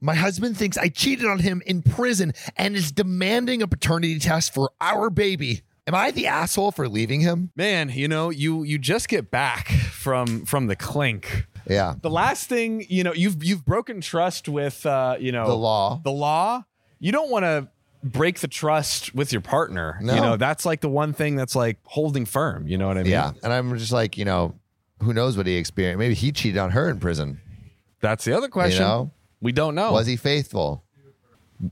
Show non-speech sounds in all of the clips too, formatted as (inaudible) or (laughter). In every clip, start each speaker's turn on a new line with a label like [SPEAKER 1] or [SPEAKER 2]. [SPEAKER 1] My husband thinks I cheated on him in prison and is demanding a paternity test for our baby. Am I the asshole for leaving him?
[SPEAKER 2] Man, you know, you you just get back from from the clink.
[SPEAKER 1] Yeah.
[SPEAKER 2] The last thing, you know, you've you've broken trust with uh, you know,
[SPEAKER 1] The law.
[SPEAKER 2] The law. You don't want to break the trust with your partner.
[SPEAKER 1] No.
[SPEAKER 2] You know, that's like the one thing that's like holding firm, you know what I mean?
[SPEAKER 1] Yeah. And I'm just like, you know, who knows what he experienced? Maybe he cheated on her in prison.
[SPEAKER 2] That's the other question.
[SPEAKER 1] know?
[SPEAKER 2] we don't know.
[SPEAKER 1] Was he faithful?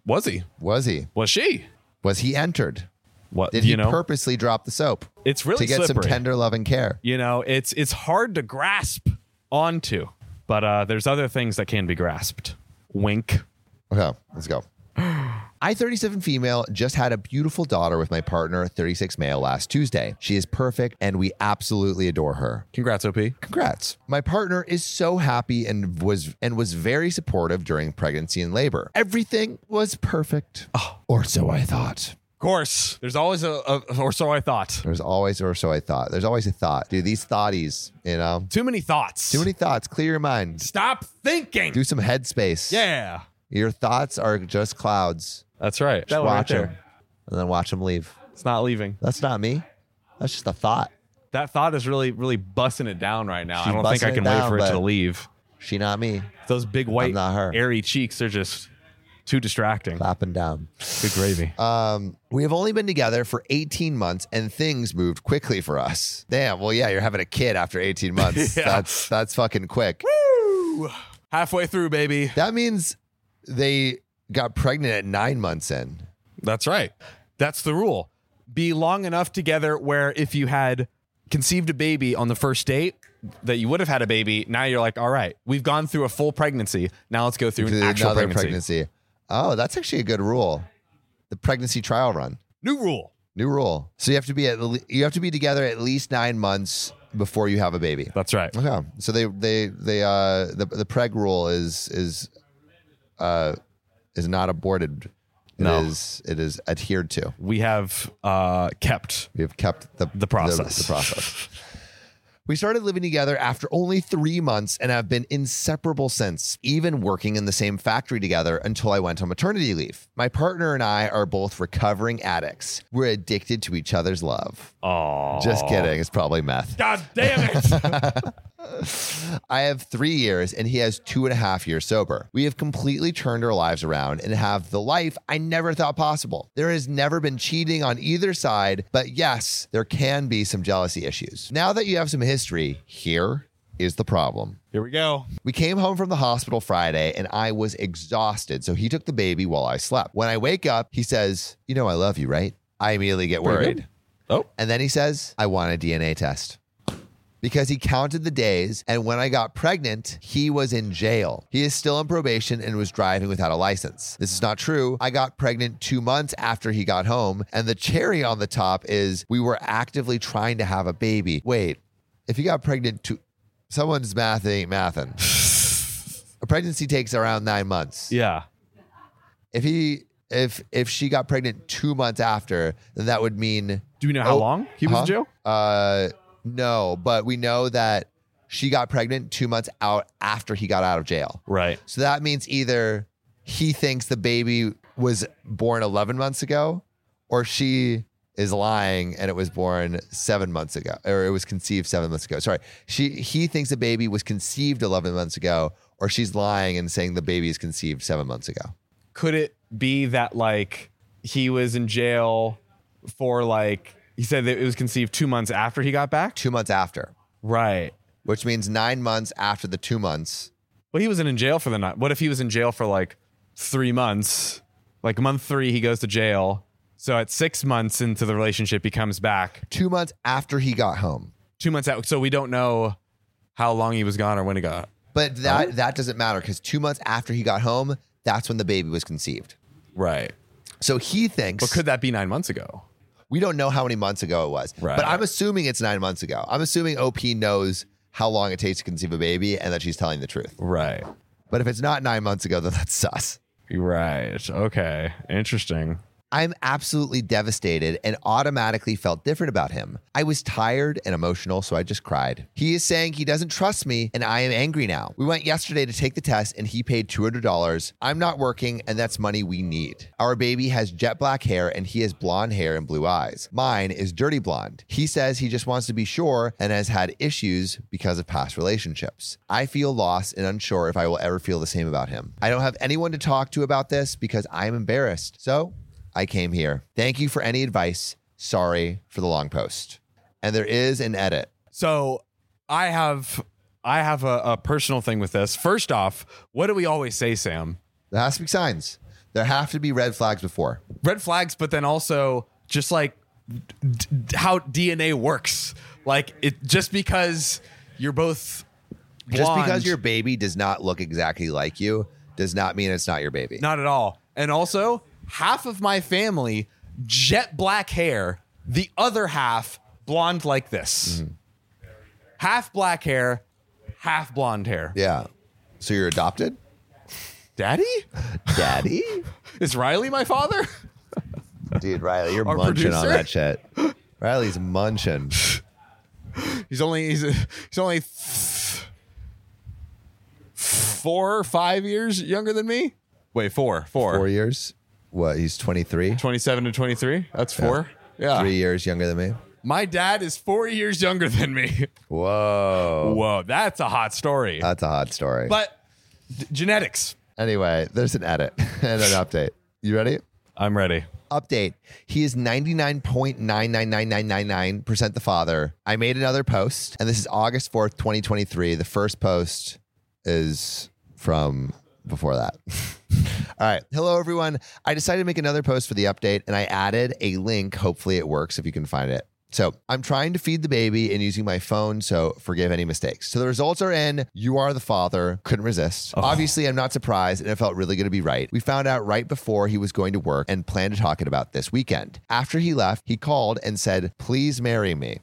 [SPEAKER 2] Was he?
[SPEAKER 1] Was he?
[SPEAKER 2] Was she?
[SPEAKER 1] Was he entered?
[SPEAKER 2] What
[SPEAKER 1] Did
[SPEAKER 2] you
[SPEAKER 1] he
[SPEAKER 2] know?
[SPEAKER 1] purposely drop the soap
[SPEAKER 2] it's
[SPEAKER 1] to
[SPEAKER 2] really
[SPEAKER 1] get
[SPEAKER 2] slippery.
[SPEAKER 1] some tender love and care?
[SPEAKER 2] you know, it's it's hard to grasp onto, but uh, there's other things that can be grasped. Wink.
[SPEAKER 1] Okay, let's
[SPEAKER 2] (gasps)
[SPEAKER 1] go. I, 37 female, just had a beautiful daughter with my partner, 36 male, last Tuesday. She is perfect and we absolutely adore her.
[SPEAKER 2] Congrats, OP.
[SPEAKER 1] Congrats. My partner is so happy and was and was very supportive during pregnancy and labor. Everything was perfect.
[SPEAKER 2] Oh.
[SPEAKER 1] Or so I thought.
[SPEAKER 2] Of course, there's always a, a or so I thought.
[SPEAKER 1] There's always or so I thought. There's always a thought. Dude, these thoughties, you know?
[SPEAKER 2] Too many thoughts.
[SPEAKER 1] Too many thoughts. Clear your mind.
[SPEAKER 2] Stop thinking.
[SPEAKER 1] Do some headspace.
[SPEAKER 2] Yeah,
[SPEAKER 1] Your thoughts are just clouds.
[SPEAKER 2] that's right. Just
[SPEAKER 1] Just watch them and then watch them leave.
[SPEAKER 2] It's not leaving.
[SPEAKER 1] That's not me. That's just a thought.
[SPEAKER 2] That thought is really, really bussing it down right now.
[SPEAKER 1] She's
[SPEAKER 2] I don't think
[SPEAKER 1] bussing
[SPEAKER 2] I
[SPEAKER 1] it
[SPEAKER 2] can wait
[SPEAKER 1] down,
[SPEAKER 2] for it to
[SPEAKER 1] but-
[SPEAKER 2] leave.
[SPEAKER 1] She, not me.
[SPEAKER 2] Those big white,
[SPEAKER 1] not her.
[SPEAKER 2] airy cheeks are just too distracting.
[SPEAKER 1] Clapping down.
[SPEAKER 2] Good gravy.
[SPEAKER 1] Um, we have only been together for 18 months and things moved quickly for us. Damn. Well, yeah, you're having a kid after 18 months.
[SPEAKER 2] (laughs) Yeah.
[SPEAKER 1] That's that's fucking quick.
[SPEAKER 2] Woo! Halfway through, baby.
[SPEAKER 1] That means they got pregnant at nine months in.
[SPEAKER 2] That's right. That's the rule. Be long enough together where if you had conceived a baby on the first date that you would have had a baby, now you're like, all right, we've gone through a full pregnancy. Now let's go through an
[SPEAKER 1] to
[SPEAKER 2] actual
[SPEAKER 1] another
[SPEAKER 2] pregnancy.
[SPEAKER 1] pregnancy. Oh, that's actually a good rule. The pregnancy trial run.
[SPEAKER 2] New rule.
[SPEAKER 1] New rule. So you have to be at le- you have to be together at least nine months before you have a baby.
[SPEAKER 2] That's right.
[SPEAKER 1] Okay. So they they they uh the the preg rule is is uh is not aborted. It
[SPEAKER 2] No.
[SPEAKER 1] is- it is adhered to.
[SPEAKER 2] We have uh, kept
[SPEAKER 1] We have kept the
[SPEAKER 2] the process.
[SPEAKER 1] The, process. we started living together after only three months and have been inseparable since, even working in the same factory together until I went on maternity leave. My partner and I are both recovering addicts. We're addicted to each other's love.
[SPEAKER 2] Oh,
[SPEAKER 1] Just kidding. It's probably meth.
[SPEAKER 2] God damn (laughs) it.
[SPEAKER 1] I have three years and he has two and a half years sober. We have completely turned our lives around and have the life I never thought possible. There has never been cheating on either side, but yes, there can be some jealousy issues. Now that you have some history, here is the problem.
[SPEAKER 2] Here we go.
[SPEAKER 1] We came home from the hospital Friday and I was exhausted, so he took the baby while I slept. When I wake up, he says, You know, I love you, right? I immediately get
[SPEAKER 2] Pretty
[SPEAKER 1] worried.
[SPEAKER 2] good. Oh,
[SPEAKER 1] And then he says, I want a DNA test. Because he counted the days, and when I got pregnant, he was in jail. He is still on probation and was driving without a license. This is not true. I got pregnant two months after he got home, and the cherry on the top is we were actively trying to have a baby. Wait, if you got pregnant two, someone's math ain't mathin'. a pregnancy takes around nine months
[SPEAKER 2] yeah.
[SPEAKER 1] if he if if she got pregnant two months after, then that would mean.
[SPEAKER 2] Do we know how
[SPEAKER 1] Oh,
[SPEAKER 2] long he was in
[SPEAKER 1] huh?
[SPEAKER 2] jail?
[SPEAKER 1] Uh, no, but we know that she got pregnant two months out after he got out of jail.
[SPEAKER 2] Right.
[SPEAKER 1] So that means either he thinks the baby was born eleven months ago, or she is lying and it was born seven months ago, or it was conceived seven months ago. Sorry, she he thinks the baby was conceived eleven months ago, or she's lying and saying the baby is conceived seven months ago.
[SPEAKER 2] could it be that like he was in jail for like he said that it was conceived two months after he got back?
[SPEAKER 1] Two months after.
[SPEAKER 2] Right.
[SPEAKER 1] which means nine months after the two months.
[SPEAKER 2] Well, he wasn't in jail for the night. What if he was in jail for like three months? Like month three, he goes to jail. So at six months into the relationship, he comes back.
[SPEAKER 1] Two months after he got home.
[SPEAKER 2] Two months out, so we don't know how long he was gone or when he got.
[SPEAKER 1] But that that doesn't matter because two months after he got home, that's when the baby was conceived.
[SPEAKER 2] Right.
[SPEAKER 1] So he thinks
[SPEAKER 2] But could that be nine months ago?
[SPEAKER 1] we don't know how many months ago it was.
[SPEAKER 2] Right.
[SPEAKER 1] But I'm assuming it's nine months ago. I'm assuming OP knows how long it takes to conceive a baby and that she's telling the truth.
[SPEAKER 2] Right.
[SPEAKER 1] But if it's not nine months ago, then that's sus.
[SPEAKER 2] Right. Okay. Interesting.
[SPEAKER 1] I'm absolutely devastated and automatically felt different about him. I was tired and emotional, so I just cried. He is saying he doesn't trust me and I am angry now. We went yesterday to take the test and he paid $200. I'm not working and that's money we need. Our baby has jet black hair and he has blonde hair and blue eyes. Mine is dirty blonde. He says he just wants to be sure and has had issues because of past relationships. I feel lost and unsure if I will ever feel the same about him. I don't have anyone to talk to about this because I'm embarrassed. So I came here. Thank you for any advice. Sorry for the long post. And there is an edit.
[SPEAKER 2] So I have I have a, a personal thing with this. First off, what do we always say, Sam?
[SPEAKER 1] There has to be signs. There have to be red flags before.
[SPEAKER 2] Red flags, but then also just like d- d- how DNA works. Like it just because you're both
[SPEAKER 1] Just
[SPEAKER 2] blonde,
[SPEAKER 1] because your baby does not look exactly like you does not mean it's not your baby.
[SPEAKER 2] Not at all. And also, half of my family, jet black hair, the other half, blonde like this.
[SPEAKER 1] Mm-hmm.
[SPEAKER 2] Half black hair, half blonde hair.
[SPEAKER 1] Yeah. So you're adopted?
[SPEAKER 2] Daddy?
[SPEAKER 1] Daddy? (laughs)
[SPEAKER 2] Is Riley my father? (laughs)
[SPEAKER 1] Dude, Riley, you're
[SPEAKER 2] Our
[SPEAKER 1] munching on
[SPEAKER 2] producer?
[SPEAKER 1] that shit. Riley's munching.
[SPEAKER 2] He's only he's, he's only th- four or five years younger than me. Wait, four, four.
[SPEAKER 1] Four years? What? He's 23?
[SPEAKER 2] 27 to 23. That's four. Yeah.
[SPEAKER 1] Three years younger than me?
[SPEAKER 2] My dad is four years younger
[SPEAKER 1] (laughs)
[SPEAKER 2] than me.
[SPEAKER 1] Whoa.
[SPEAKER 2] Whoa, that's a hot story.
[SPEAKER 1] That's a hot story.
[SPEAKER 2] but d- genetics.
[SPEAKER 1] anyway, there's an edit (laughs) and an update. You ready?
[SPEAKER 2] I'm ready.
[SPEAKER 1] update. He is 99.999999% the father. I made another post, and this is August 4th, 2023. The first post is from before that. (laughs) All right. Hello, everyone. I decided to make another post for the update, and I added a link. Hopefully, it works if you can find it. So, I'm trying to feed the baby and using my phone, so forgive any mistakes. So, the results are in. You are the father. Couldn't resist. Obviously, I'm not surprised, and it felt really good to be right. We found out right before he was going to work and planned to talk it about this weekend. After he left, he called and said, Please marry me.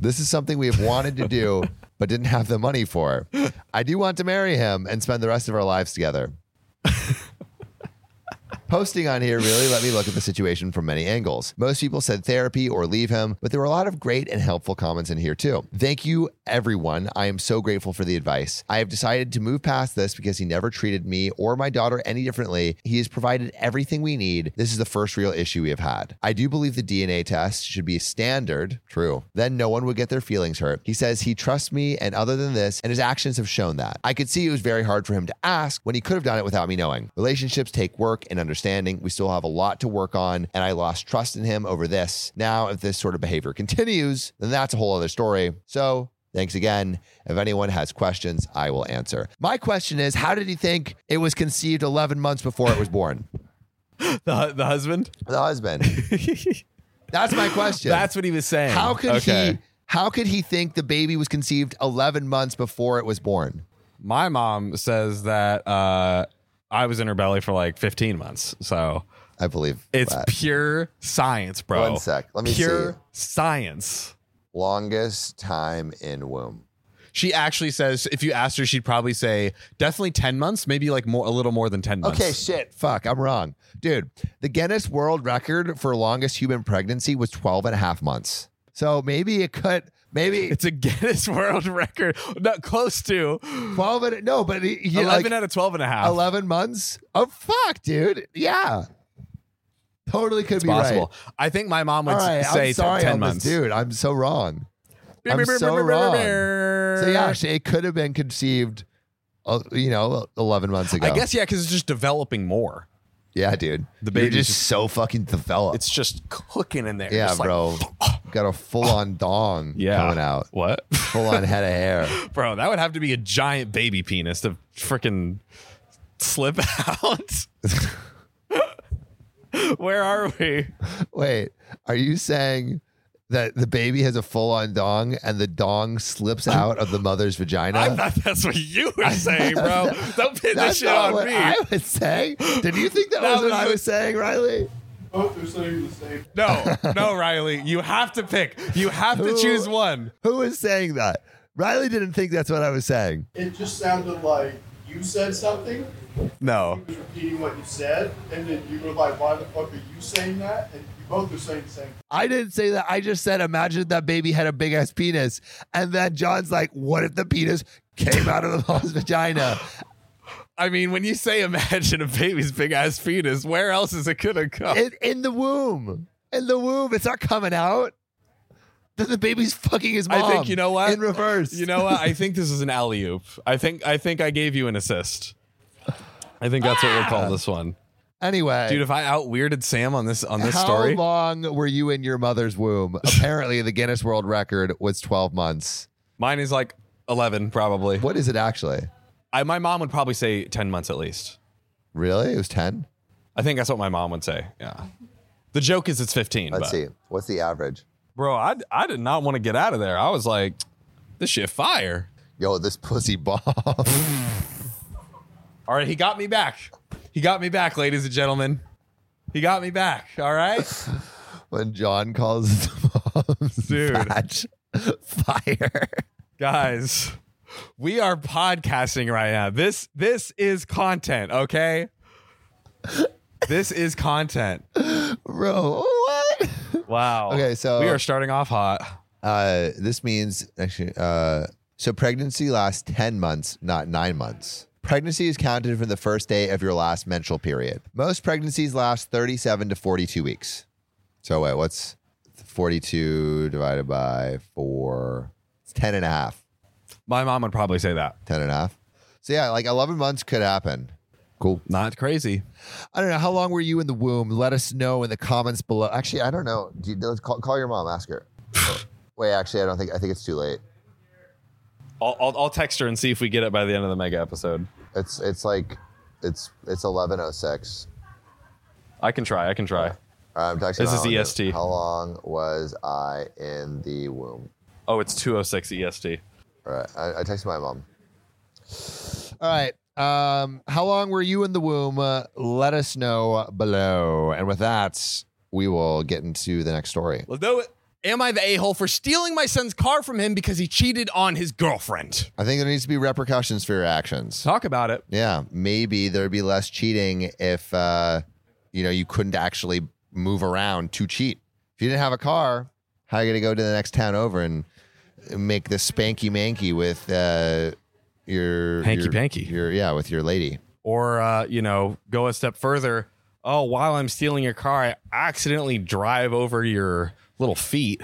[SPEAKER 1] This is something we have wanted to do, but didn't have the money for. I do want to marry him and spend the rest of our lives together. Posting on here really let me look at the situation from many angles. Most people said therapy or leave him, but there were a lot of great and helpful comments in here too. Thank you, everyone. I am so grateful for the advice. I have decided to move past this because he never treated me or my daughter any differently. He has provided everything we need. This is the first real issue we have had. I do believe the DNA test should be standard. True. Then no one would get their feelings hurt. He says he trusts me, and other than this, and his actions have shown that. I could see it was very hard for him to ask when he could have done it without me knowing. Relationships take work and understanding. We still have a lot to work on, and I lost trust in him over this. Now, if this sort of behavior (laughs) continues, then that's a whole other story. So, Thanks again. If anyone has questions, I will answer. My question is How did he think it was conceived 11 months before it was born?
[SPEAKER 2] The, hu- the husband?
[SPEAKER 1] The husband. That's my question.
[SPEAKER 2] That's what he was saying.
[SPEAKER 1] How could
[SPEAKER 2] Okay.
[SPEAKER 1] he? How could he think the baby was conceived 11 months before it was born?
[SPEAKER 2] My mom says that uh, I was in her belly for like 15 months. So
[SPEAKER 1] I believe
[SPEAKER 2] it's
[SPEAKER 1] that.
[SPEAKER 2] pure science, bro.
[SPEAKER 1] One sec, let me
[SPEAKER 2] pure
[SPEAKER 1] see.
[SPEAKER 2] science.
[SPEAKER 1] longest time in womb.
[SPEAKER 2] She actually says if you asked her, she'd probably say definitely 10 months, maybe like more, a little more than 10 months.
[SPEAKER 1] Okay, shit. Fuck, I'm wrong. Dude, the Guinness World Record for longest human pregnancy was 12 and a half months. So maybe it could,
[SPEAKER 2] (laughs)
[SPEAKER 1] maybe
[SPEAKER 2] It's a Guinness World Record. Not close to
[SPEAKER 1] 12 and, no, but he, he,
[SPEAKER 2] 11
[SPEAKER 1] like,
[SPEAKER 2] out of 12 and a half.
[SPEAKER 1] 11 months? Oh, fuck, dude. Yeah. Totally could be
[SPEAKER 2] Possible.
[SPEAKER 1] right.
[SPEAKER 2] I think my mom would
[SPEAKER 1] All right,
[SPEAKER 2] s- say
[SPEAKER 1] I'm sorry,
[SPEAKER 2] 10
[SPEAKER 1] I'm this
[SPEAKER 2] months.
[SPEAKER 1] dude. I'm so wrong. I'm so wrong. So yeah, actually, it could have been conceived, uh, you know, eleven months ago.
[SPEAKER 2] I guess yeah, because it's just developing more.
[SPEAKER 1] Yeah, dude. You're
[SPEAKER 2] The baby's
[SPEAKER 1] just
[SPEAKER 2] just-
[SPEAKER 1] so fucking developed.
[SPEAKER 2] It's just cooking in there.
[SPEAKER 1] yeah,
[SPEAKER 2] Just like, (laughs)
[SPEAKER 1] bro. Got a full on dong
[SPEAKER 2] yeah,
[SPEAKER 1] coming out.
[SPEAKER 2] What, (laughs)
[SPEAKER 1] Full on head of hair.
[SPEAKER 2] bro? That would have to be a giant baby penis to freaking slip out. (laughs) Where are we?
[SPEAKER 1] Wait, are you saying that the baby has a full on dong and the dong
[SPEAKER 2] (laughs)
[SPEAKER 1] slips out of the mother's vagina?
[SPEAKER 2] I thought that's what you were saying, bro. Don't
[SPEAKER 1] Uh, (laughs)
[SPEAKER 2] pin this
[SPEAKER 1] That's
[SPEAKER 2] shit
[SPEAKER 1] not
[SPEAKER 2] on
[SPEAKER 1] what
[SPEAKER 2] me.
[SPEAKER 1] I was saying. Did you
[SPEAKER 2] (laughs)
[SPEAKER 1] think that,
[SPEAKER 2] That
[SPEAKER 1] was,
[SPEAKER 2] was
[SPEAKER 1] what I
[SPEAKER 2] the-
[SPEAKER 1] was saying, Riley?
[SPEAKER 3] Both are Oh, saying the same.
[SPEAKER 1] (laughs)
[SPEAKER 2] No, no, Riley. You have to pick. You have to
[SPEAKER 1] Who-
[SPEAKER 2] choose one.
[SPEAKER 1] Who was saying that? Riley didn't think that's what I was saying.
[SPEAKER 3] It just sounded like you said something.
[SPEAKER 2] No.
[SPEAKER 3] He was repeating what you said, and then you were like, "Why the fuck are you saying that?" And you both are saying the same. thing.
[SPEAKER 1] I didn't say that. I just said, imagine if that baby had a big ass penis. And then John's like, what if the penis came out of the mom's
[SPEAKER 2] (laughs)
[SPEAKER 1] vagina?
[SPEAKER 2] I mean, when you say imagine a baby's big ass penis, where else is it gonna go?
[SPEAKER 1] In, in the womb. In the womb. It's not coming out. Then the baby's fucking his mom.
[SPEAKER 2] I think you know what.
[SPEAKER 1] In reverse.
[SPEAKER 2] You know what? I think this is an alley oop. I think I think I gave you an assist. I think that's what we'll
[SPEAKER 1] Ah.
[SPEAKER 2] call this one,
[SPEAKER 1] Anyway.
[SPEAKER 2] dude. If I out weirded Sam on this on this
[SPEAKER 1] how
[SPEAKER 2] story,
[SPEAKER 1] long were you in your mother's
[SPEAKER 2] (laughs)
[SPEAKER 1] womb? Apparently, the Guinness World Record was 12 months.
[SPEAKER 2] mine is like eleven probably.
[SPEAKER 1] What is it actually?
[SPEAKER 2] I, my mom would probably say ten months at least.
[SPEAKER 1] Really? It was 10?
[SPEAKER 2] I think that's what my mom would say. Yeah. The joke is it's 15.
[SPEAKER 1] Let's
[SPEAKER 2] but-
[SPEAKER 1] see. What's the average?
[SPEAKER 2] Bro, I, I did not want to get out of there. I was like, this shit fire.
[SPEAKER 1] Yo, this pussy (laughs) bomb.
[SPEAKER 2] All right, he got me back. He got me back, ladies and gentlemen. He got me back. All
[SPEAKER 1] (laughs)
[SPEAKER 2] right.
[SPEAKER 1] when John calls the (laughs) mom's
[SPEAKER 2] Dude.
[SPEAKER 1] batch (laughs) fire.
[SPEAKER 2] Guys, we are podcasting right now. This this is content, okay? This is content.
[SPEAKER 1] Bro, what?
[SPEAKER 2] Wow.
[SPEAKER 1] Okay, so-
[SPEAKER 2] we are starting off hot.
[SPEAKER 1] Uh, this means actually, uh, so pregnancy lasts 10 months, not nine months. Pregnancy is counted from the first day of your last menstrual period. Most pregnancies last 37 to 42 weeks. So, wait, what's 42 divided by four? It's 10 and a half.
[SPEAKER 2] My mom would probably say that.
[SPEAKER 1] 10 and a half. So, yeah, like 11 months could happen. Cool.
[SPEAKER 2] Not crazy.
[SPEAKER 1] I don't know. How long were you in the womb? Let us know in the comments below. Actually, I don't know. Do you, let's call, call your mom, ask
[SPEAKER 2] (sighs)
[SPEAKER 1] her. Wait, actually, I don't think, I think it's too late.
[SPEAKER 2] I'll, I'll, I'll text her and see if we get it by the end of the mega episode.
[SPEAKER 1] It's it's like it's it's eleven oh six.
[SPEAKER 2] I can try. I can try.
[SPEAKER 1] I'm texting.
[SPEAKER 2] This is
[SPEAKER 1] Holland.
[SPEAKER 2] E EST.
[SPEAKER 1] How long was I in the womb?
[SPEAKER 2] Oh, it's 206 EST.
[SPEAKER 1] All right, I, I texted my mom. All right. Um, how long were you in the womb? Uh, let us know below. And with that, we will get into the next story.
[SPEAKER 2] Although, am I the a hole for stealing my son's car from him because he cheated on his girlfriend?
[SPEAKER 1] I think there needs to be repercussions for your actions.
[SPEAKER 2] Talk about it.
[SPEAKER 1] Yeah, maybe there'd be less cheating if uh, you know you couldn't actually move around to cheat. If you didn't have a car, how are you gonna go to the next town over and make the spanky manky with uh, your
[SPEAKER 2] Hanky
[SPEAKER 1] your-
[SPEAKER 2] panky.
[SPEAKER 1] Your yeah, with your lady.
[SPEAKER 2] Or, uh, you know, go a step further. Oh, while I'm stealing your car, I accidentally drive over your little feet.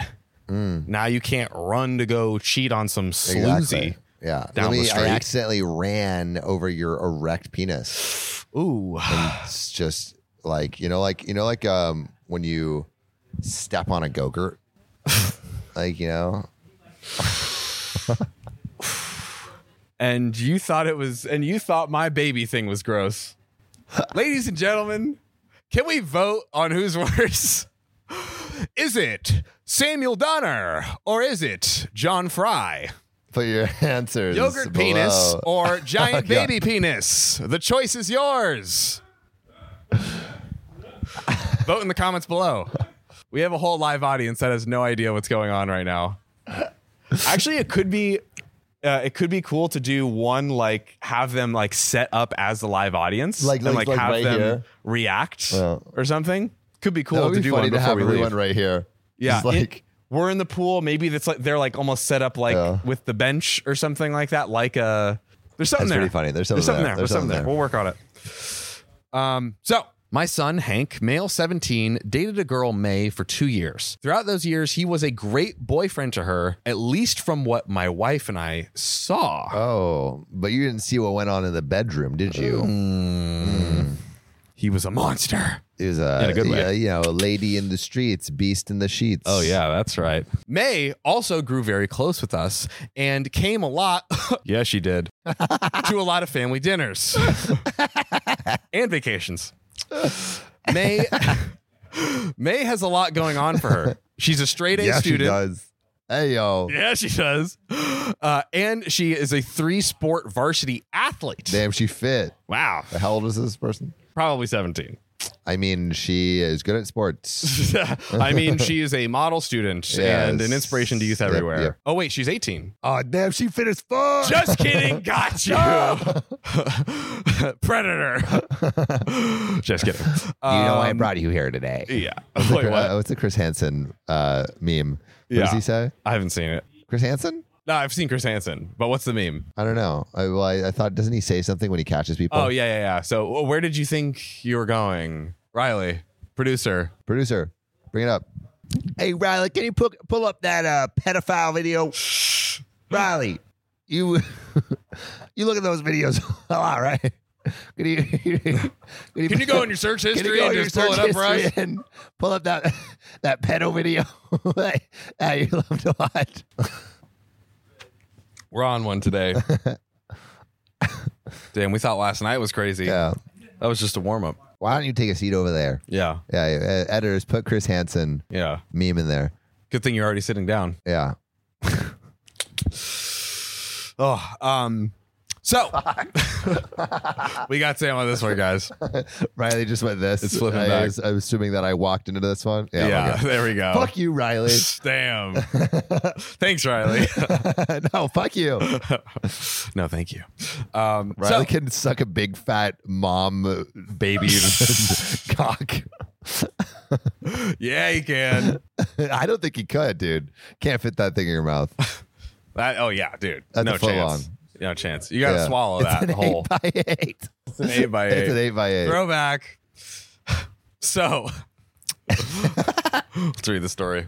[SPEAKER 1] Mm.
[SPEAKER 2] Now you can't run to go cheat on some sleazy.
[SPEAKER 1] Yeah.
[SPEAKER 2] Down
[SPEAKER 1] Let me-
[SPEAKER 2] the street.
[SPEAKER 1] I accidentally ran over your erect penis.
[SPEAKER 2] Ooh.
[SPEAKER 1] it's just like you know like you know like um when you step on a
[SPEAKER 2] (laughs)
[SPEAKER 1] go-gurt like you know
[SPEAKER 2] and you thought it was and you thought my baby thing was gross. Ladies and gentlemen, can we vote on who's worse? Is it Samuel Donner or is it John Fry?
[SPEAKER 1] put your (laughs) answers
[SPEAKER 2] Yogurt penis (laughs)
[SPEAKER 1] below. Oh,
[SPEAKER 2] or giant
[SPEAKER 1] Yeah.
[SPEAKER 2] baby penis? The choice is yours. vote in the comments below. We have a whole live audience that has no idea what's going on right now. Actually, it could be uh, it could be cool to do one like have them like set up as the live audience,
[SPEAKER 1] Like-
[SPEAKER 2] and,
[SPEAKER 1] like- like
[SPEAKER 2] have
[SPEAKER 1] right
[SPEAKER 2] them
[SPEAKER 1] here.
[SPEAKER 2] react
[SPEAKER 1] Yeah.
[SPEAKER 2] or something. Could be
[SPEAKER 1] that
[SPEAKER 2] cool
[SPEAKER 1] would
[SPEAKER 2] to
[SPEAKER 1] be
[SPEAKER 2] do
[SPEAKER 1] funny
[SPEAKER 2] one
[SPEAKER 1] to
[SPEAKER 2] before
[SPEAKER 1] have
[SPEAKER 2] we leave.
[SPEAKER 1] everyone right here
[SPEAKER 2] Yeah,
[SPEAKER 1] Just
[SPEAKER 2] it-
[SPEAKER 1] like
[SPEAKER 2] we're in the pool. Maybe that's like they're like almost set up like
[SPEAKER 1] Yeah.
[SPEAKER 2] with the bench or something like that. Like a there's something
[SPEAKER 1] That's
[SPEAKER 2] there.
[SPEAKER 1] pretty funny. There's something there.
[SPEAKER 2] There's something there. We'll work on it. Um. So my son Hank, male 17, dated a girl May for two years. Throughout those years, he was a great boyfriend to her, at least from what my wife and I saw.
[SPEAKER 1] oh but you didn't see what went on in the bedroom did
[SPEAKER 2] Mm.
[SPEAKER 1] you
[SPEAKER 2] he was a monster.
[SPEAKER 1] it was a,
[SPEAKER 2] In a good way.
[SPEAKER 1] yeah, you know a lady in the streets beast in the sheets
[SPEAKER 2] Oh yeah, that's right. May also grew very close with us and came a lot. (laughs) yeah, she did. to a lot of family (laughs) dinners and vacations. May (laughs) May has a lot going on for her. She's a straight A
[SPEAKER 1] yeah she
[SPEAKER 2] student.
[SPEAKER 1] does hey yo
[SPEAKER 2] Yeah, she does. Uh, and she is a three sport varsity athlete.
[SPEAKER 1] damn she fit
[SPEAKER 2] Wow.
[SPEAKER 1] how old is this person (laughs)
[SPEAKER 2] Probably 17.
[SPEAKER 1] I mean, she is good at sports.
[SPEAKER 2] (laughs) I mean, she is a model student and
[SPEAKER 1] Yes.
[SPEAKER 2] an inspiration to youth
[SPEAKER 1] Yep,
[SPEAKER 2] everywhere.
[SPEAKER 1] yep.
[SPEAKER 2] Oh, wait, she's 18.
[SPEAKER 1] oh, damn, she fit as fuck.
[SPEAKER 2] Just kidding. Got you. (laughs) Predator. (laughs) Just kidding.
[SPEAKER 1] you know, I
[SPEAKER 2] Um,
[SPEAKER 1] brought you here today.
[SPEAKER 2] Yeah.
[SPEAKER 1] What's,
[SPEAKER 2] Wait,
[SPEAKER 1] the,
[SPEAKER 2] what?
[SPEAKER 1] uh, what's the Chris Hansen uh, meme? What does
[SPEAKER 2] Yeah.
[SPEAKER 1] he say?
[SPEAKER 2] I haven't seen it.
[SPEAKER 1] Chris Hansen?
[SPEAKER 2] No, I've seen Chris Hansen, but what's the meme?
[SPEAKER 1] I don't know. I, well, I, I thought, doesn't he say something when he catches people?
[SPEAKER 2] Oh, yeah, yeah, yeah. So, well, where did you think you were going? Riley, producer.
[SPEAKER 1] Producer, bring it up. Hey, Riley, can you pull, pull up that uh, pedophile video? Riley, you (laughs) you look at those videos (laughs) a lot, right? Can you, (laughs) can you,
[SPEAKER 2] Can you go in your
[SPEAKER 1] (laughs)
[SPEAKER 2] search
[SPEAKER 1] can you
[SPEAKER 2] history
[SPEAKER 1] go
[SPEAKER 2] and
[SPEAKER 1] in your
[SPEAKER 2] just pull it
[SPEAKER 1] search
[SPEAKER 2] up for us?
[SPEAKER 1] history and pull up that (laughs) that pedo video (laughs) that that you loved a lot?
[SPEAKER 2] We're on one (laughs) today. Damn, we thought last night was crazy.
[SPEAKER 1] Yeah.
[SPEAKER 2] That was just a warm up.
[SPEAKER 1] Why don't you take a seat over there?
[SPEAKER 2] Yeah.
[SPEAKER 1] Yeah, yeah, uh, editors, put Chris Hansen
[SPEAKER 2] Yeah.
[SPEAKER 1] meme in there.
[SPEAKER 2] Good thing you're already sitting down.
[SPEAKER 1] Yeah.
[SPEAKER 2] Oh, um, so (laughs) we got Sam on this
[SPEAKER 1] (laughs)
[SPEAKER 2] one, guys.
[SPEAKER 1] Riley just went this.
[SPEAKER 2] It's flipping
[SPEAKER 1] I,
[SPEAKER 2] back.
[SPEAKER 1] Was, I'm assuming that I walked into this one. Yeah.
[SPEAKER 2] Yeah,
[SPEAKER 1] okay.
[SPEAKER 2] there we go.
[SPEAKER 1] Fuck you,
[SPEAKER 2] (laughs)
[SPEAKER 1] Riley. (laughs)
[SPEAKER 2] Damn. Thanks, Riley. (laughs)
[SPEAKER 1] no, fuck (laughs) you.
[SPEAKER 2] no, thank you. Um,
[SPEAKER 1] Riley
[SPEAKER 2] so-
[SPEAKER 1] can suck a big fat mom uh,
[SPEAKER 2] (laughs)
[SPEAKER 1] baby (laughs) cock.
[SPEAKER 2] yeah, you can.
[SPEAKER 1] I don't think he could, dude. Can't fit that thing in your mouth.
[SPEAKER 2] That, oh yeah, dude.
[SPEAKER 1] That's
[SPEAKER 2] no
[SPEAKER 1] a full
[SPEAKER 2] chance.
[SPEAKER 1] on.
[SPEAKER 2] No chance. You gotta
[SPEAKER 1] Yeah.
[SPEAKER 2] swallow
[SPEAKER 1] it's (laughs)
[SPEAKER 2] that
[SPEAKER 1] an
[SPEAKER 2] whole.
[SPEAKER 1] Eight by eight.
[SPEAKER 2] It's an eight by
[SPEAKER 1] It's an eight by eight.
[SPEAKER 2] Throwback. (laughs)
[SPEAKER 1] (laughs)
[SPEAKER 2] So, (laughs) let's read the story.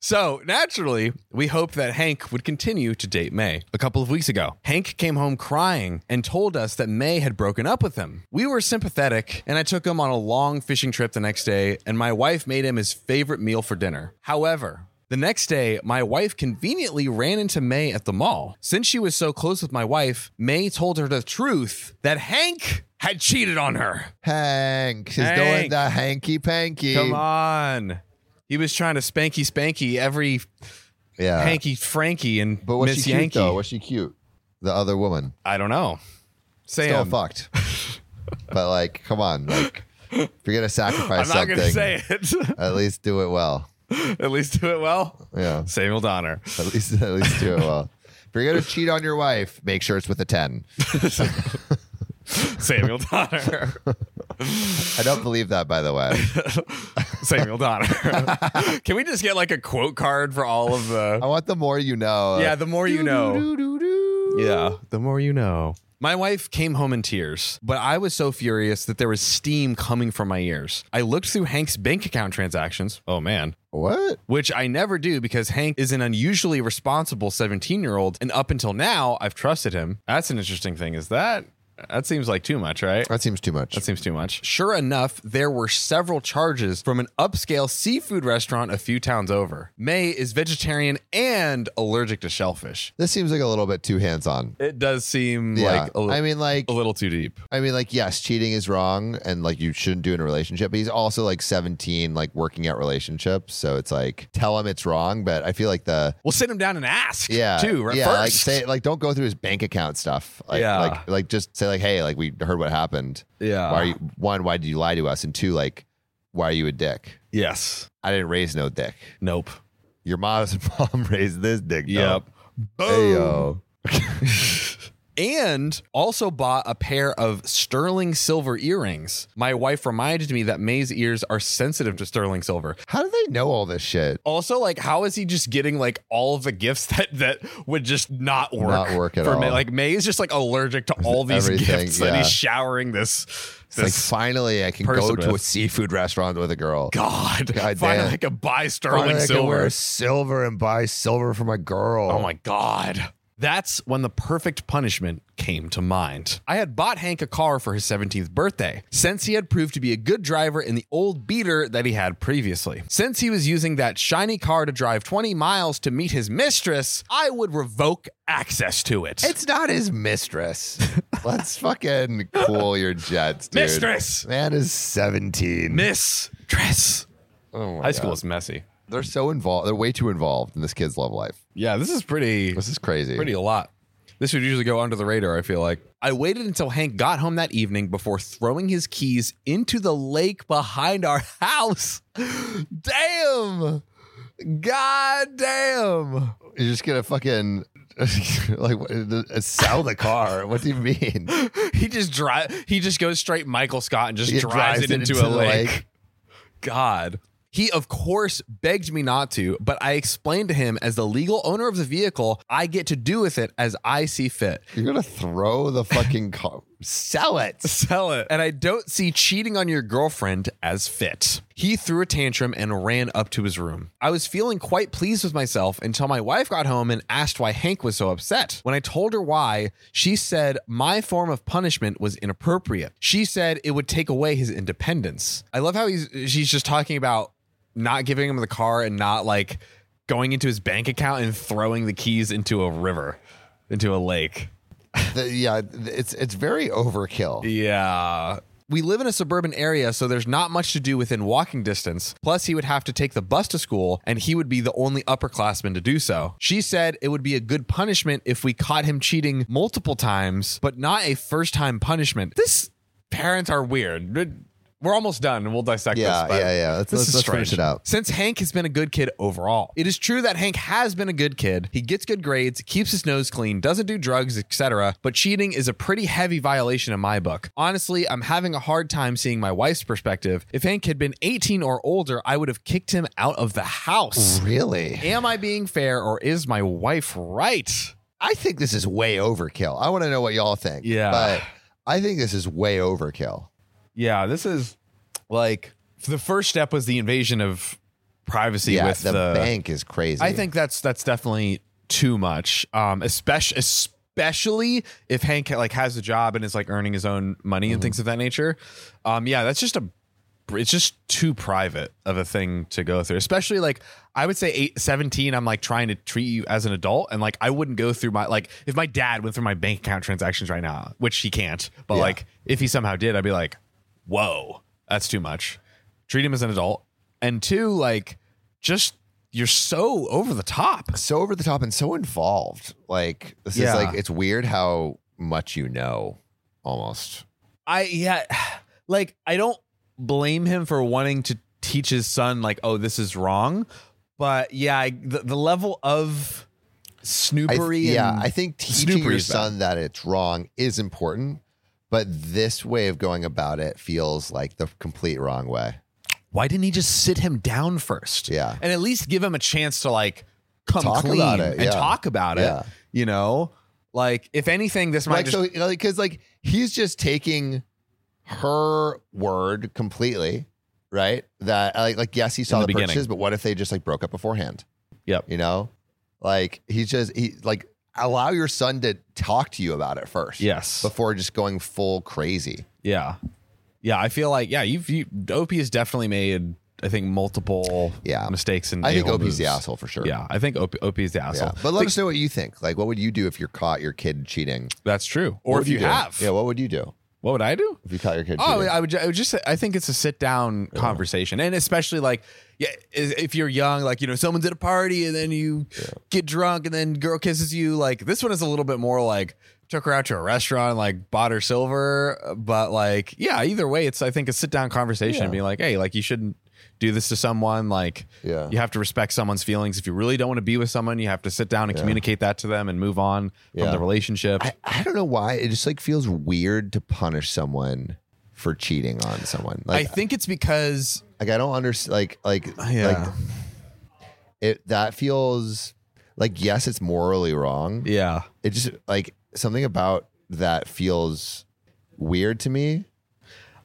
[SPEAKER 2] So, naturally, we hoped that Hank would continue to date May. A couple of weeks ago, Hank came home crying and told us that May had broken up with him. We were sympathetic, and I took him on a long fishing trip the next day, and my wife made him his favorite meal for dinner. However, the next day, my wife conveniently ran into May at the mall. Since she was so close with my wife, May told her the truth that Hank had cheated on her.
[SPEAKER 1] Hank. She's doing
[SPEAKER 2] Hank.
[SPEAKER 1] the hanky panky.
[SPEAKER 2] Come on. He was trying to spanky spanky every
[SPEAKER 1] Yeah.
[SPEAKER 2] hanky Frankie and
[SPEAKER 1] Uh, But was
[SPEAKER 2] Miss
[SPEAKER 1] she
[SPEAKER 2] Yankee.
[SPEAKER 1] cute though? Was she cute? The other woman.
[SPEAKER 2] I don't know.
[SPEAKER 1] Still
[SPEAKER 2] Sam, (laughs)
[SPEAKER 1] fucked. but like, come on. Like if you're gonna sacrifice
[SPEAKER 2] I'm not going to
[SPEAKER 1] something,
[SPEAKER 2] say it. (laughs)
[SPEAKER 1] at least do it well.
[SPEAKER 2] At least do it well.
[SPEAKER 1] Yeah.
[SPEAKER 2] Samuel Donner.
[SPEAKER 1] At least at least do it well. If you're gonna cheat on your wife, make sure it's with a ten. (laughs)
[SPEAKER 2] Samuel Donner.
[SPEAKER 1] I don't believe that, by the way.
[SPEAKER 2] Samuel Donner. (laughs) Can we just get like a quote card for all of
[SPEAKER 1] I (laughs)
[SPEAKER 2] the.
[SPEAKER 1] want the more you know.
[SPEAKER 2] (laughs) Yeah, the more you know.
[SPEAKER 1] Doo-doo-doo-doo.
[SPEAKER 2] Yeah, the more you know. My wife came home in tears, but I was so furious that there was steam coming from my ears. I looked through Hank's bank account transactions. Oh man.
[SPEAKER 1] What?
[SPEAKER 2] Which I never do because Hank is an unusually responsible 17 year old. And up until now, I've trusted him. That's an interesting thing. Is that? That seems like too much, right?
[SPEAKER 1] That seems too much.
[SPEAKER 2] That seems too much. Sure enough, there were several charges from an upscale seafood restaurant a few towns over. May is vegetarian and allergic to shellfish.
[SPEAKER 1] this seems like a little bit too hands-on.
[SPEAKER 2] It does seem
[SPEAKER 1] Yeah.
[SPEAKER 2] like a li-
[SPEAKER 1] I mean, like,
[SPEAKER 2] a little too deep.
[SPEAKER 1] I mean, like, yes, cheating is wrong, and like, you shouldn't do it in a relationship. But he's also like 17, like working out relationships, so it's like tell him it's wrong. But I feel like the
[SPEAKER 2] We'll sit him down and ask.
[SPEAKER 1] yeah,
[SPEAKER 2] Too. Right
[SPEAKER 1] yeah,
[SPEAKER 2] first.
[SPEAKER 1] like say like don't go through his bank account stuff. Like,
[SPEAKER 2] Yeah.
[SPEAKER 1] like like just say like, hey, like we heard what happened.
[SPEAKER 2] yeah.
[SPEAKER 1] why are you one? Why did you lie to us? And two, like, why are you a dick?
[SPEAKER 2] yes.
[SPEAKER 1] I didn't raise no dick.
[SPEAKER 2] Nope.
[SPEAKER 1] Your mom's mom (laughs) raised this dick. though.
[SPEAKER 2] Yep. Boom.
[SPEAKER 1] Hey yo.
[SPEAKER 2] (laughs) and also bought a pair of sterling silver earrings. My wife reminded me that May's ears are sensitive to sterling silver.
[SPEAKER 1] How do they know all this shit?
[SPEAKER 2] Also, like, how is he just getting like all of the gifts that that would just not work?
[SPEAKER 1] Not work at
[SPEAKER 2] for May?
[SPEAKER 1] all.
[SPEAKER 2] Like May is just like allergic to all these
[SPEAKER 1] Everything,
[SPEAKER 2] gifts, and
[SPEAKER 1] yeah.
[SPEAKER 2] he's showering this.
[SPEAKER 1] It's like
[SPEAKER 2] This
[SPEAKER 1] finally I can go
[SPEAKER 2] person
[SPEAKER 1] to a
[SPEAKER 2] with-
[SPEAKER 1] seafood restaurant with a girl.
[SPEAKER 2] God,
[SPEAKER 1] God
[SPEAKER 2] finally
[SPEAKER 1] damn.
[SPEAKER 2] I could buy
[SPEAKER 1] Finally
[SPEAKER 2] sterling
[SPEAKER 1] I can
[SPEAKER 2] silver.
[SPEAKER 1] wear silver and buy silver for my girl.
[SPEAKER 2] Oh my God. That's when the perfect punishment came to mind. I had bought Hank a car for his 17th birthday, since he had proved to be a good driver in the old beater that he had previously. Since he was using that shiny car to drive 20 miles to meet his mistress, I would revoke access to it.
[SPEAKER 1] It's not his
[SPEAKER 2] (laughs)
[SPEAKER 1] mistress. Let's fucking cool your jets, dude.
[SPEAKER 2] mistress!
[SPEAKER 1] Man is 17.
[SPEAKER 2] Mistress!
[SPEAKER 1] oh my
[SPEAKER 2] High
[SPEAKER 1] God.
[SPEAKER 2] school is messy.
[SPEAKER 1] They're so involved. They're way too involved in this kid's love life.
[SPEAKER 2] Yeah, this is pretty,
[SPEAKER 1] This is crazy.
[SPEAKER 2] pretty a lot. This would usually go under the radar, I feel like. I waited until Hank got home that evening before throwing his keys into the lake behind our (laughs) house. Damn. God damn.
[SPEAKER 1] You're just gonna fucking (laughs) like what- uh, sell the car. What do you
[SPEAKER 2] (laughs)
[SPEAKER 1] mean?
[SPEAKER 2] He just drive he just goes straight Michael Scott and just
[SPEAKER 1] He
[SPEAKER 2] drives, it into, a
[SPEAKER 1] the
[SPEAKER 2] lake. God. He, of course, begged me not to, but I explained to him as the legal owner of the vehicle, I get to do with it as I see fit.
[SPEAKER 1] You're gonna throw the
[SPEAKER 2] (laughs)
[SPEAKER 1] fucking car. Sell it.
[SPEAKER 2] Sell it. And I don't see cheating on your girlfriend as fit. He threw a tantrum and ran up to his room. I was feeling quite pleased with myself until my wife got home and asked why Hank was so upset. When I told her why, she said my form of punishment was inappropriate. She said it would take away his independence. I love how he's she's just talking about not giving him the car and not like going into his bank account and throwing the keys into a river, into a lake.
[SPEAKER 1] The- yeah, it's it's very overkill.
[SPEAKER 2] Yeah. We live in a suburban area, so there's not much to do within walking distance. Plus, he would have to take the bus to school, and he would be the only upperclassman to do so. She said it would be a good punishment if we caught him cheating multiple times, but not a first time punishment. This parents are weird. We're almost done, and we'll dissect
[SPEAKER 1] Yeah,
[SPEAKER 2] this. but
[SPEAKER 1] yeah, yeah. Let's-
[SPEAKER 2] this
[SPEAKER 1] let's-
[SPEAKER 2] is
[SPEAKER 1] let's finish
[SPEAKER 2] strange.
[SPEAKER 1] it out.
[SPEAKER 2] Since Hank has been a good kid overall, it is true that Hank has been a good kid. He gets good grades, keeps his nose clean, doesn't do drugs, etc. But cheating is a pretty heavy violation in my book. Honestly, I'm having a hard time seeing my wife's perspective. If Hank had been 18 or older, I would have kicked him out of the house.
[SPEAKER 1] Really?
[SPEAKER 2] Am I being fair or is my wife right?
[SPEAKER 1] I think this is way overkill. I want to know what y'all think.
[SPEAKER 2] Yeah.
[SPEAKER 1] But I think this is way overkill.
[SPEAKER 2] Yeah, this is like the first step was the invasion of privacy
[SPEAKER 1] Yeah,
[SPEAKER 2] with
[SPEAKER 1] the, bank is crazy.
[SPEAKER 2] I think that's that's definitely too much. Um, especially especially if Hank like has a job and is like earning his own money and things of that nature. Um, yeah, that's just a it's just too private of a thing to go through. Especially like I would say eight, 17, I'm like trying to treat you as an adult and like I wouldn't go through my like if my dad went through my bank account transactions right now, which he can't, but
[SPEAKER 1] Yeah.
[SPEAKER 2] like if he somehow did, I'd be like, whoa, that's too much. Treat him as an adult. And two, like just you're so over the top.
[SPEAKER 1] so over the top and so involved. Like this
[SPEAKER 2] Yeah.
[SPEAKER 1] is like it's weird how much you know almost.
[SPEAKER 2] I yeah, (sighs) like I don't blame him for wanting to teach his son like, oh, this is wrong, but yeah, I, the, the level of
[SPEAKER 1] I th-
[SPEAKER 2] snoopery.
[SPEAKER 1] yeah,
[SPEAKER 2] and-
[SPEAKER 1] I think teaching
[SPEAKER 2] Snoopery
[SPEAKER 1] your
[SPEAKER 2] is bad.
[SPEAKER 1] son that it's wrong is important, but this way of going about it feels like the complete wrong way.
[SPEAKER 2] why didn't he just sit him down first?
[SPEAKER 1] Yeah.
[SPEAKER 2] and at least give him a chance to like come
[SPEAKER 1] Talk
[SPEAKER 2] clean
[SPEAKER 1] about it,
[SPEAKER 2] and
[SPEAKER 1] yeah.
[SPEAKER 2] talk about it.
[SPEAKER 1] Yeah.
[SPEAKER 2] You know, like if anything, this might
[SPEAKER 1] like
[SPEAKER 2] just
[SPEAKER 1] so you know, because like he's just taking her word completely right that uh, like like yes he saw
[SPEAKER 2] the
[SPEAKER 1] the,
[SPEAKER 2] beginning.
[SPEAKER 1] purchases but what if they just like broke up beforehand
[SPEAKER 2] Yep.
[SPEAKER 1] you know like he's just he like allow your son to talk to you about it first
[SPEAKER 2] yes.
[SPEAKER 1] before just going full crazy
[SPEAKER 2] Yeah. Yeah, I feel like yeah, you've you OP has definitely made I think multiple
[SPEAKER 1] Yeah.
[SPEAKER 2] mistakes and
[SPEAKER 1] i think
[SPEAKER 2] a-hole
[SPEAKER 1] opie's the
[SPEAKER 2] moves.
[SPEAKER 1] asshole for sure
[SPEAKER 2] Yeah, I think OP, OP is the
[SPEAKER 1] Yeah.
[SPEAKER 2] asshole.
[SPEAKER 1] but let us know what you think like what would you do if you're caught your kid cheating
[SPEAKER 2] That's true. Or
[SPEAKER 1] What
[SPEAKER 2] if
[SPEAKER 1] would
[SPEAKER 2] you
[SPEAKER 1] do?
[SPEAKER 2] have,
[SPEAKER 1] yeah what would you do
[SPEAKER 2] what would I do?
[SPEAKER 1] if you caught your kid
[SPEAKER 2] Oh,
[SPEAKER 1] cheating
[SPEAKER 2] I would. ju- I would just. say- I think it's a sit down conversation, and especially like, yeah, is- if you're young, like you know, someone's at a party, and then you get drunk, and then girl kisses you. Like this one is a little bit more like took her out to a restaurant, like bought her silver, but like yeah, either way, it's I think a sit down conversation,
[SPEAKER 1] Yeah.
[SPEAKER 2] being like, hey, like you shouldn't do this to someone. Like
[SPEAKER 1] Yeah.
[SPEAKER 2] you have to respect someone's feelings. If you really don't want to be with someone, you have to sit down and communicate that to them and move on
[SPEAKER 1] Yeah.
[SPEAKER 2] from the relationship.
[SPEAKER 1] I, I don't know why it just like feels weird to punish someone for cheating on someone.
[SPEAKER 2] I
[SPEAKER 1] Like I
[SPEAKER 2] think it's because
[SPEAKER 1] like I don't understand. Like like
[SPEAKER 2] yeah.
[SPEAKER 1] like it that feels like yes, it's morally wrong.
[SPEAKER 2] yeah.
[SPEAKER 1] It just like something about that feels weird to me.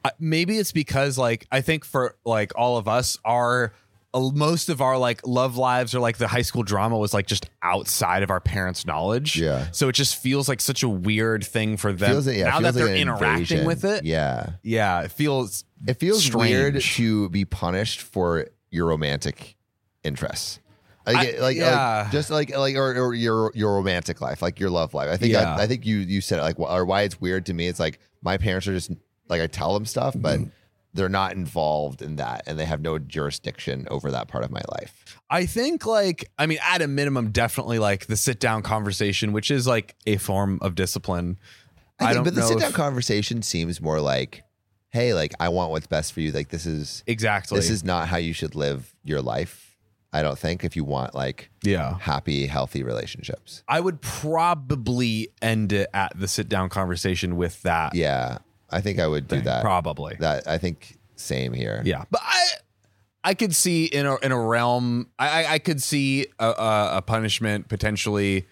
[SPEAKER 2] I- maybe it's because like I think for like all of us our uh, most of our like love lives or like the high school drama was like just outside of our parents' knowledge.
[SPEAKER 1] Yeah.
[SPEAKER 2] So it just feels like such a weird thing for them.
[SPEAKER 1] Feels yeah,
[SPEAKER 2] now
[SPEAKER 1] feels
[SPEAKER 2] that they're
[SPEAKER 1] like an
[SPEAKER 2] interacting
[SPEAKER 1] invasion.
[SPEAKER 2] with it.
[SPEAKER 1] Yeah,
[SPEAKER 2] Yeah, It feels
[SPEAKER 1] it feels weird
[SPEAKER 2] Strange.
[SPEAKER 1] to be punished for your romantic interests. Like,
[SPEAKER 2] I-
[SPEAKER 1] it- like,
[SPEAKER 2] yeah.
[SPEAKER 1] like just like like or, or your your romantic life, like your love life. I think I,
[SPEAKER 2] Yeah.
[SPEAKER 1] I
[SPEAKER 2] Mm-hmm.
[SPEAKER 1] think you you said it like wh- or why it's weird to me. It's like my parents are just like I tell them stuff, but They're not involved in that and they have no jurisdiction over that part of my life.
[SPEAKER 2] I think like I mean at a minimum definitely like the sit down conversation which is like a form of discipline.
[SPEAKER 1] I,
[SPEAKER 2] I
[SPEAKER 1] think,
[SPEAKER 2] don't
[SPEAKER 1] but the
[SPEAKER 2] know
[SPEAKER 1] sit down
[SPEAKER 2] if-
[SPEAKER 1] conversation seems more like, hey, like I want what's best for you. Like this is
[SPEAKER 2] Exactly.
[SPEAKER 1] this is not how you should live your life. I don't think if you want like
[SPEAKER 2] yeah.
[SPEAKER 1] happy, healthy relationships.
[SPEAKER 2] I would probably end it at the sit down conversation with that.
[SPEAKER 1] Yeah. I think I would do
[SPEAKER 2] thing,
[SPEAKER 1] that.
[SPEAKER 2] Probably.
[SPEAKER 1] That I think same here.
[SPEAKER 2] Yeah, but I I could see in a in a realm I I, I could see a, a, a punishment potentially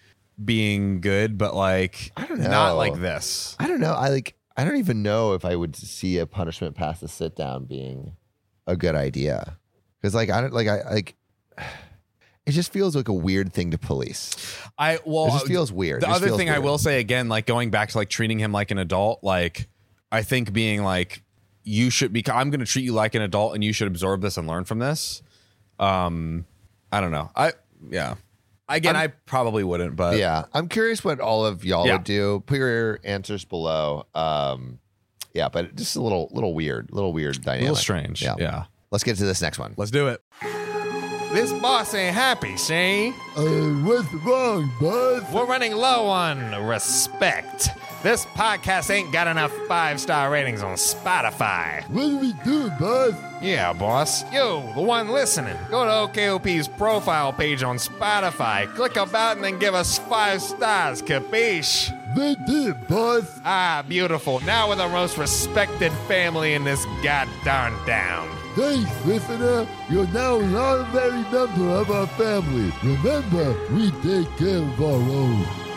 [SPEAKER 2] being good, but like
[SPEAKER 1] I don't know.
[SPEAKER 2] not like this.
[SPEAKER 1] I don't know. I like I don't even know if I would see a punishment past the sit down being a good idea. Cuz like I don't like I like (sighs) it just feels like a weird thing to police.
[SPEAKER 2] I well
[SPEAKER 1] It just feels weird.
[SPEAKER 2] The
[SPEAKER 1] It just
[SPEAKER 2] other
[SPEAKER 1] feels
[SPEAKER 2] thing I
[SPEAKER 1] weird.
[SPEAKER 2] will say again, like going back to like treating him like an adult, like I think being like you should be. I'm going to treat you like an adult, and you should absorb this and learn from this. Um, I don't know. I yeah. Again, i probably wouldn't, but
[SPEAKER 1] Yeah. I'm curious what all of y'all
[SPEAKER 2] Yeah.
[SPEAKER 1] would do. Put your answers below. Um yeah, but just a little little weird, little weird
[SPEAKER 2] a
[SPEAKER 1] dynamic.
[SPEAKER 2] little strange. yeah.
[SPEAKER 1] Let's get to this next one.
[SPEAKER 2] Let's do it. This boss ain't happy, see?
[SPEAKER 1] what's wrong, bud?
[SPEAKER 2] We're running low on respect. This podcast ain't got enough five star ratings on Spotify.
[SPEAKER 1] What do we do, bud?
[SPEAKER 2] Yeah, boss. Yo, the one listening, go to OKOP's profile page on Spotify, click about, and then give us five stars, capiche?
[SPEAKER 1] They did, bud.
[SPEAKER 2] Ah, beautiful. Now we're the most respected family in this goddamn town.
[SPEAKER 1] Thanks, listener. You're now an honorary member of our family. Remember, we take care of our own.